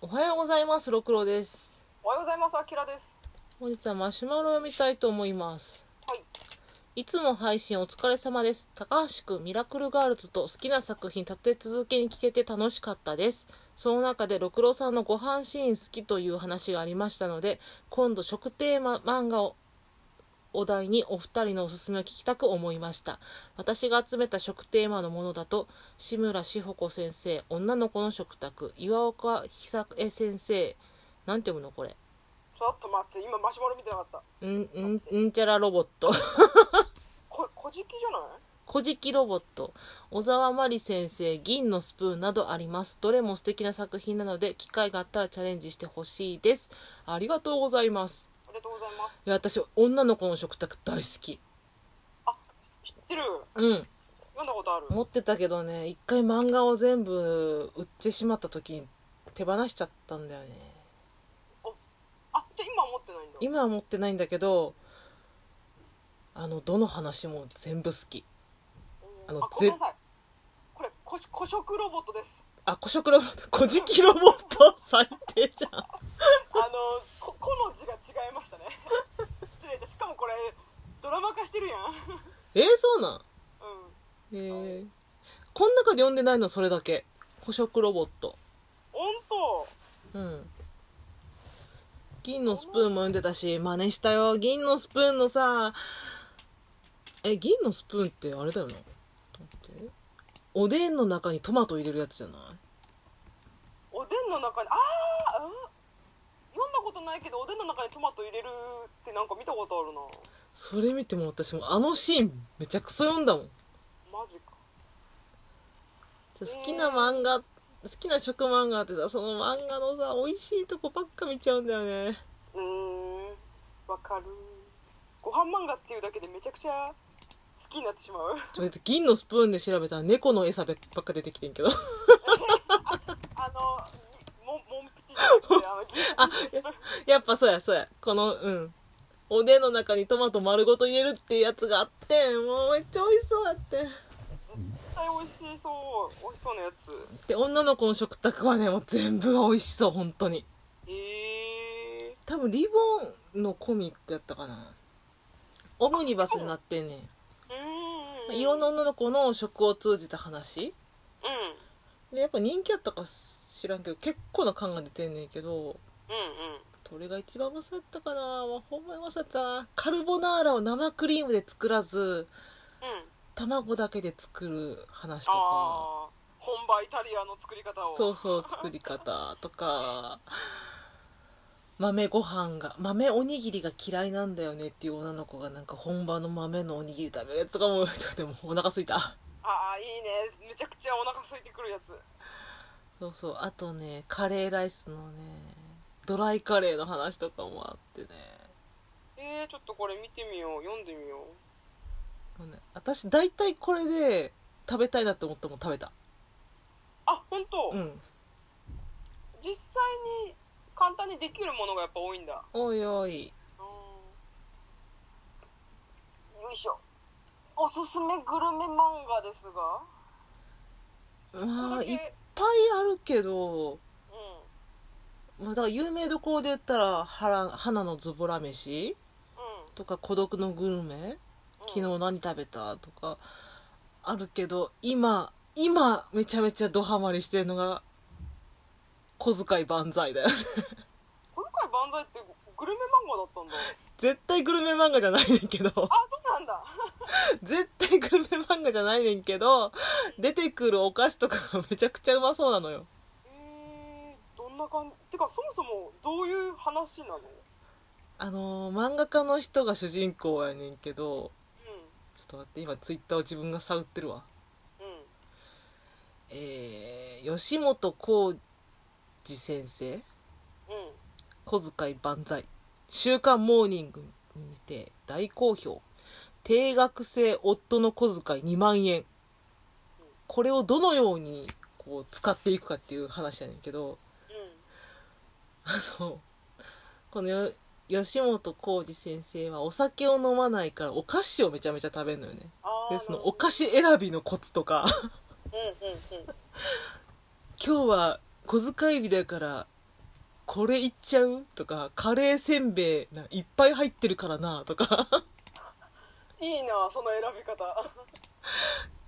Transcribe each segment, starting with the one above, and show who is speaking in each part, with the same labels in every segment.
Speaker 1: おはようございます、ろくろです。
Speaker 2: おはようございます、あきらです。
Speaker 1: 本日はマシュマロを読みたいと思います。
Speaker 2: はい。
Speaker 1: いつも配信お疲れ様です。高橋くん、ミラクルガールズと好きな作品立て続けに聞けて楽しかったです。その中で、ろくろさんのご飯シーン好きという話がありましたので、今度食テーマ漫画をお題にお二人のおすすめを聞きたく思いました。私が集めた食テーマのものだと、志村志穂子先生、女の子の食卓、岩岡久江先生、なんて読むのこれ。
Speaker 2: ちょっと待って、今マシュマロ見てなかった。
Speaker 1: ん、ん、んちゃらロボット。
Speaker 2: こ、小じきじゃない
Speaker 1: 古事記ロボット小沢真理先生銀のスプーンなどありますどれも素敵な作品なので機会があったらチャレンジしてほしいですありがとうございます
Speaker 2: ありがとうございます。
Speaker 1: いや私女の子の食卓大好き
Speaker 2: 知ってる
Speaker 1: うん
Speaker 2: 読んだことある。
Speaker 1: 持ってたけどね一回漫画を全部売ってしまった時に手放しちゃったんだよね
Speaker 2: あ、じゃあ今は持ってないんだ。
Speaker 1: 今は持ってないんだけどあのどの話も全部好き
Speaker 2: うん
Speaker 1: あの
Speaker 2: あ、ごめんなさい。これ、こ、古食ロボットです。
Speaker 1: あ古食ロボット古事記ロボット最低じゃん
Speaker 2: あの、こ、 この字が違いましたね。 失礼です。しかもこれ、ドラマ化してるやん。
Speaker 1: えー、そうなん
Speaker 2: うん。
Speaker 1: へえこん中で読んでないのそれだけ捕食ロボット
Speaker 2: ほんと。
Speaker 1: うん銀のスプーンも読んでたし真似したよ銀のスプーンのさえ銀のスプーンってあれだよなちょっと待っておでんの中にトマト入れるやつじゃない
Speaker 2: おでんの中に、あー、うん読んだことないけど、おでんの中にトマト入れるってなんか見たことあるな。
Speaker 1: それ見ても私もあのシーンめちゃくそ読んだもん
Speaker 2: マジか。
Speaker 1: 好きな漫画好きな食漫画ってさその漫画のさ美味しいとこばっか見ちゃうんだよね
Speaker 2: うーんわかるご飯漫画っていうだけでめちゃくちゃ好きになってしまう
Speaker 1: ちょっと銀のスプーンで調べたら猫の餌ばっか出てきてんけど
Speaker 2: あのもモンピチじゃなくてあのギリギリ
Speaker 1: やっぱそうやそうやこのうんおでんの中にトマト丸ごと入れるっていうやつがあってもうめっちゃ美味しそうやって
Speaker 2: 絶対美味しそう美味しそうなやつ
Speaker 1: で女の子の食卓はねもう全部が美味しそう本当に
Speaker 2: えー、
Speaker 1: 多分リボンのコミックやったかなオムニバスになってんね
Speaker 2: うーん
Speaker 1: んいろんな女の子の食を通じた話
Speaker 2: うん
Speaker 1: でやっぱ人気やったか知らんけど結構な感が出てんねんけど
Speaker 2: うんうん
Speaker 1: どれが一番うまそうやったかなまあほんまにうまそうやったなカルボナーラを生クリームで作らず
Speaker 2: うん
Speaker 1: 卵だけで作る話とか
Speaker 2: ああ本場イタリアの作り方を
Speaker 1: そうそう作り方とか豆ご飯が豆おにぎりが嫌いなんだよねっていう女の子がなんか本場の豆のおにぎり食べるやつとかもでもお腹すいた
Speaker 2: ああいいねめちゃくちゃお腹空いてくるやつ
Speaker 1: そうそうあとねカレーライスのねドライカレーの話とかもあってね
Speaker 2: えー、ちょっとこれ見てみよう読んでみよう
Speaker 1: もうね私大体これで食べたいなって思ったもん食べた
Speaker 2: あ本当、
Speaker 1: うん
Speaker 2: 実際に簡単にできるものがやっぱ多いんだよ
Speaker 1: おいおい
Speaker 2: いしょおすすめグルメ漫画ですがこ
Speaker 1: まあ
Speaker 2: れだ
Speaker 1: い
Speaker 2: け
Speaker 1: っぱいあるけど
Speaker 2: うん
Speaker 1: まあ、だから有名どころで言ったら「花花のズボラ飯
Speaker 2: うん」
Speaker 1: とか「孤独のグルメ」「昨日
Speaker 2: うん
Speaker 1: 何食べた?」とかあるけど今今めちゃめちゃドハマりしてるのが小遣い万歳だよ
Speaker 2: 小遣い万歳ってグルメ漫画だったんだ
Speaker 1: 絶対グルメ漫画じゃないねんけど
Speaker 2: あそうなんだ
Speaker 1: 絶対グルメ漫画じゃないねんけど出てくるお菓子とかがめちゃくちゃうまそうなのよ
Speaker 2: えー、どんな感じてかそもそもどういう話なのうん
Speaker 1: あのー漫画家の人が主人公やねんけどちょっと待って今ツイッターを自分が探ってるわ
Speaker 2: うん
Speaker 1: えー吉本浩二先生
Speaker 2: うん
Speaker 1: 小遣い万歳「週刊モーニング」にて大好評定額制夫の小遣い2万円これをどのようにこう使っていくかっていう話やねんけど
Speaker 2: うん
Speaker 1: あのこのよ吉本浩二先生はお酒を飲まないからお菓子をめちゃめちゃ食べるのよね
Speaker 2: あー
Speaker 1: でそ
Speaker 2: な
Speaker 1: の
Speaker 2: る
Speaker 1: お菓子選びのコツとか
Speaker 2: ほどうんうんうん
Speaker 1: 今日は小遣い日だからこれいっちゃうとかカレーせんべいないっぱい入ってるからなとか
Speaker 2: いいなその選び方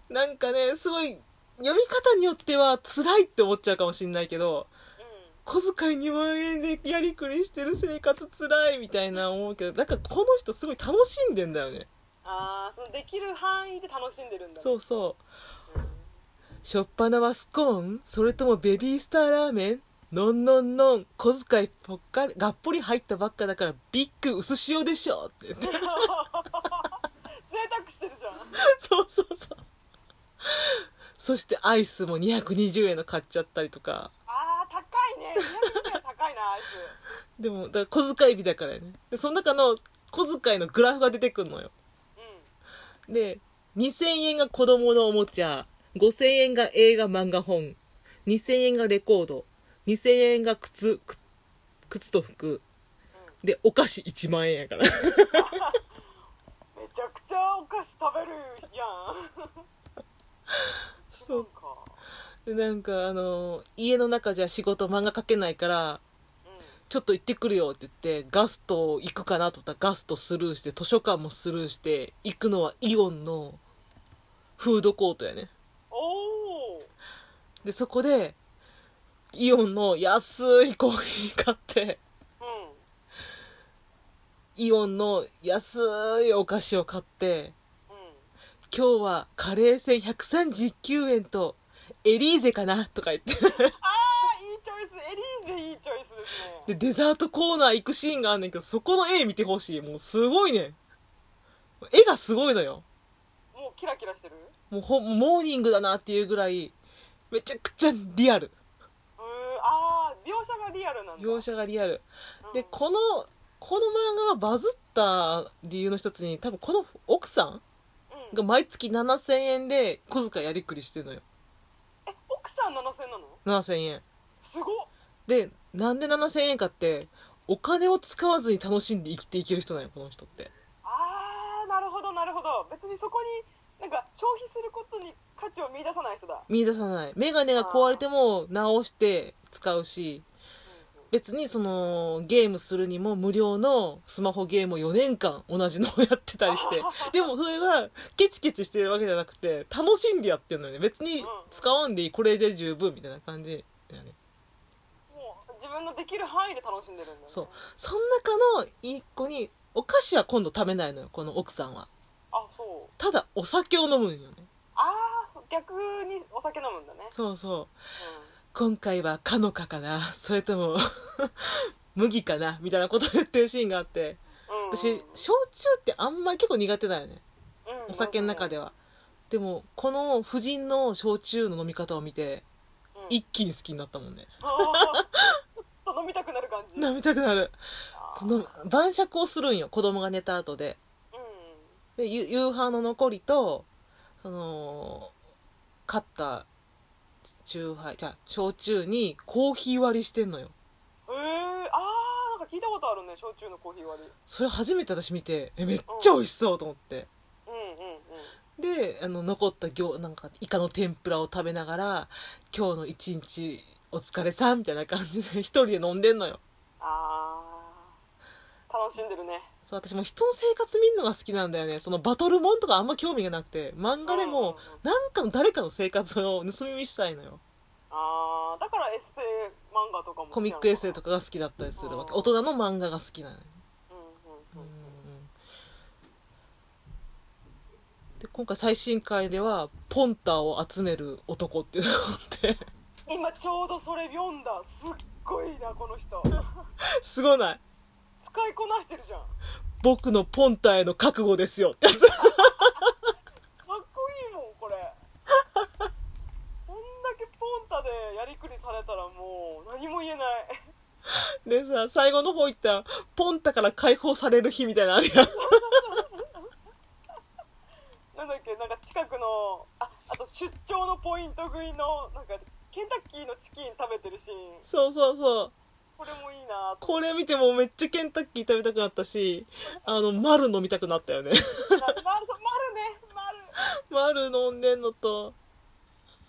Speaker 1: なんかねすごい読み方によっては辛いって思っちゃうかもしんないけど
Speaker 2: うん
Speaker 1: 小遣い2万円でやりくりしてる生活辛いみたいな思うけどなんかこの人すごい楽しんでんだよね
Speaker 2: ああそのできる範囲で楽しんでるんだね、
Speaker 1: そううそうんしょっぱなはスコーンそれともベビースターラーメンのんのんのん小遣いぽっかりがっぽり入ったばっかだからビッグ薄塩でしょ って言って
Speaker 2: 贅沢してるじゃん
Speaker 1: そうそうそうそしてアイスも220円の買っちゃったりとか
Speaker 2: あー高いね200円高いなあいつ
Speaker 1: でもだから小遣い日だからねでその中の小遣いのグラフが出てくるのよ
Speaker 2: うん
Speaker 1: で2000円が子供のおもちゃ5000円が映画漫画本2000円がレコード2000円が靴く靴と服でお菓子1万円やから
Speaker 2: めちゃくちゃお菓子食べるやん
Speaker 1: そう
Speaker 2: か
Speaker 1: でなんかあの家の中じゃ仕事漫画描けないから
Speaker 2: うん
Speaker 1: ちょっと行ってくるよって言ってガスト行くかなと思ったらガストスルーして図書館もスルーして行くのはイオンのフードコートやね
Speaker 2: おお
Speaker 1: でそこでイオンの安いコーヒー買って
Speaker 2: うん
Speaker 1: イオンの安いお菓子を買って
Speaker 2: うん
Speaker 1: 今日はカレー戦139円とエリーゼかなとか言って
Speaker 2: あーいいチョイスエリーゼいいチョイスです
Speaker 1: で
Speaker 2: ね
Speaker 1: デザートコーナー行くシーンがあんねんけどそこの絵見てほしいもうすごいね絵がすごいのよ
Speaker 2: もうキラキラしてるう
Speaker 1: もうほモーニングだなっていうぐらいめちゃくちゃリアル
Speaker 2: ーあー描写がリアルなんだ
Speaker 1: 描写がリアル
Speaker 2: うん
Speaker 1: でこのこの漫画がバズった理由の一つに多分この奥さん
Speaker 2: うん
Speaker 1: が毎月7000円で小遣いやりくりしてるのよ
Speaker 2: え奥さん7000なの
Speaker 1: 7000円
Speaker 2: すごっ
Speaker 1: でなんで7000円かってお金を使わずに楽しんで生きていける人なんよこの人って
Speaker 2: あーなるほどなるほど別にそこになんか消費することに価値を見出さない人だ、
Speaker 1: 見出さない眼鏡が壊れても直して使うし
Speaker 2: うん
Speaker 1: 別にそのゲームするにも無料のスマホゲームを4年間同じのをやってたりしてでもそれはケチケチしてるわけじゃなくて楽しんでやってるのよね別に使わんでいいこれで十分みたいな感じだよね
Speaker 2: もう自分のできる範囲で楽しんでるんだよ、ね、
Speaker 1: そうその中の一個にお菓子は今度食べないのよこの奥さんは
Speaker 2: あそう
Speaker 1: ただお酒を飲むんよね
Speaker 2: ああ逆にお酒飲むんだね、
Speaker 1: そうそう
Speaker 2: うん
Speaker 1: 今回はかのかかなそれとも 麦かなみたいなことを言ってるシーンがあって
Speaker 2: うんうん、
Speaker 1: 私焼酎ってあんまり結構苦手だよねお酒の中で
Speaker 2: は、
Speaker 1: はでもこの夫人の焼酎の飲み方を見て
Speaker 2: うん
Speaker 1: 一気に好きになったもんね
Speaker 2: あーちょっと飲みたくなる感じ
Speaker 1: 飲みたくなる
Speaker 2: あー
Speaker 1: その晩酌をするんよ子供が寝た後で
Speaker 2: うん
Speaker 1: でゆ夕飯の残りとその買った酎ハイじゃあ焼酎にコーヒー割りしてんのよ
Speaker 2: えー、ああなんか聞いたことあるね焼酎のコーヒー割り
Speaker 1: それ初めて私見てえめっちゃ美味しそうと思って
Speaker 2: うんうんうん
Speaker 1: であの残った餃なんかイカの天ぷらを食べながら今日の一日お疲れさんみたいな感じで 一人で飲んでんのよ
Speaker 2: ああ楽しんでるね
Speaker 1: そう私も人の生活見るのが好きなんだよねそのバトルモンとかあんま興味がなくて漫画でも
Speaker 2: うんうんうん
Speaker 1: なんかの誰かの生活を盗み見したいのよ
Speaker 2: ああだからエッセイ漫画とかも
Speaker 1: コミックエッセイとかが好きだったりするわけ大人の漫画が好きなのよ
Speaker 2: か、うん
Speaker 1: うん
Speaker 2: うんうん
Speaker 1: で今回最新回ではポンターを集める男っていうのがあって
Speaker 2: 今ちょうどそれ読んだすっごいなこ の人
Speaker 1: すごない
Speaker 2: 使いこなしてるじゃん
Speaker 1: 僕のポンターへの覚悟ですよってやつ
Speaker 2: かっこいいもんこれ こんだけポンタでやりくりされたらもう何も言えない
Speaker 1: でさ最後の方行ったらポンタから解放される日みたいなのあるやん
Speaker 2: なんだっけなんか近くのああと出張のポイント食いのなんかケンタッキーのチキン食べてるシーン
Speaker 1: そうそうそう
Speaker 2: これもいいなと
Speaker 1: これ見てもめっちゃケンタッキー食べたくなったしあの丸飲みたくなったよね
Speaker 2: な 丸そう丸ね丸
Speaker 1: 丸飲んでんのと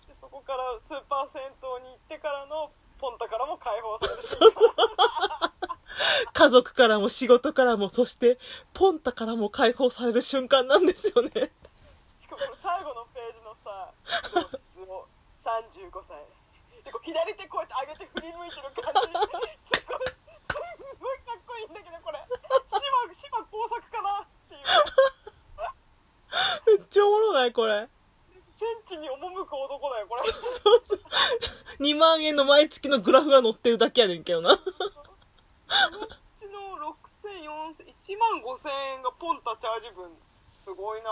Speaker 2: でそこからスーパー銭湯に行ってからのポンタからも解放されるシーン
Speaker 1: 家族からも仕事からも、そして、ポンタからも解放される瞬間なんですよね。
Speaker 2: しかもこの最後のページのさ「を35歳」でこう左手こうやって上げて振り向いてる感じすごいすごいかっこいいんだけどこれ島島工作かなっていう
Speaker 1: めっちゃおもろないこれ。
Speaker 2: 戦地に赴く男だよこれ
Speaker 1: そうそう。2万円の毎月のグラフが載ってるだけやねんけどな。
Speaker 2: こっちの6000、4000、1万5000円がポンタチャージ分。すごいな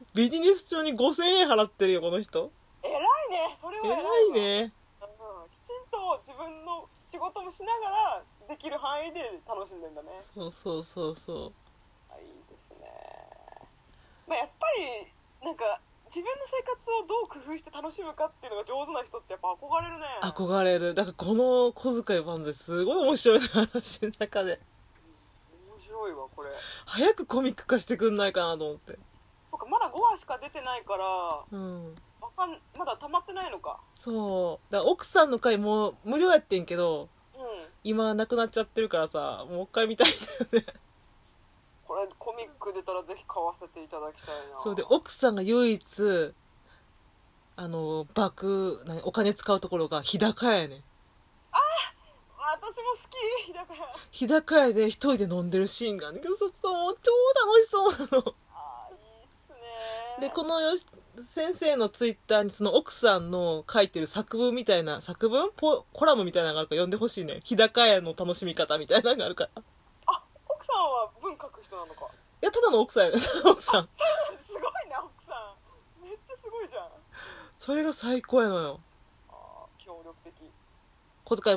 Speaker 2: ぁ。
Speaker 1: ビジネス中に5000円払ってるよ、この人。
Speaker 2: 偉いね。それは
Speaker 1: 偉
Speaker 2: 偉
Speaker 1: い
Speaker 2: いね。
Speaker 1: ね。
Speaker 2: うんきちんと自分の仕事もしながら、できる範囲で楽しんでんだね。
Speaker 1: そうそうそうそ
Speaker 2: あいいですね。まあ、やっぱり、なんか、自分の生活をどう工夫して楽しむかっていうのが上手な人ってやっぱ憧れるね。
Speaker 1: う。憧れる。だからこの小遣い万歳すごい面白いな話の中で。
Speaker 2: 面白いわ、これ。
Speaker 1: 早くコミック化してくんないかなと思って。
Speaker 2: そっか、まだ5話しか出てないから、わ
Speaker 1: うん。
Speaker 2: かん、まだ溜まってないのか。
Speaker 1: そう。だから奥さんの回も無料やってんけど、
Speaker 2: うん。
Speaker 1: 今なくなっちゃってるからさ、もう一回見たいんだよね。
Speaker 2: これコミック出たらぜひ買わせていただきたいな
Speaker 1: そうで、奥さんが唯一、あの、爆、何お金使うところが日高屋やねん。
Speaker 2: あ私も好きだから
Speaker 1: 日高屋で一人で飲んでるシーンがあるんだけど、そこもう超楽しそうなの。
Speaker 2: あーいいっすね
Speaker 1: で、このよし先生のツイッターにその奥さんの書いてる作文みたいな、作文ポコラムみたいなのがあるから読んでほしいね。日高屋の楽しみ方みたいなのがあるから。い
Speaker 2: あ奥さんは文書く人なのか
Speaker 1: や、ただの奥さんやね。奥さん。
Speaker 2: すごいな奥さんめっちゃすごいじゃん
Speaker 1: それが最高やのよ。
Speaker 2: あー協力的
Speaker 1: 小遣い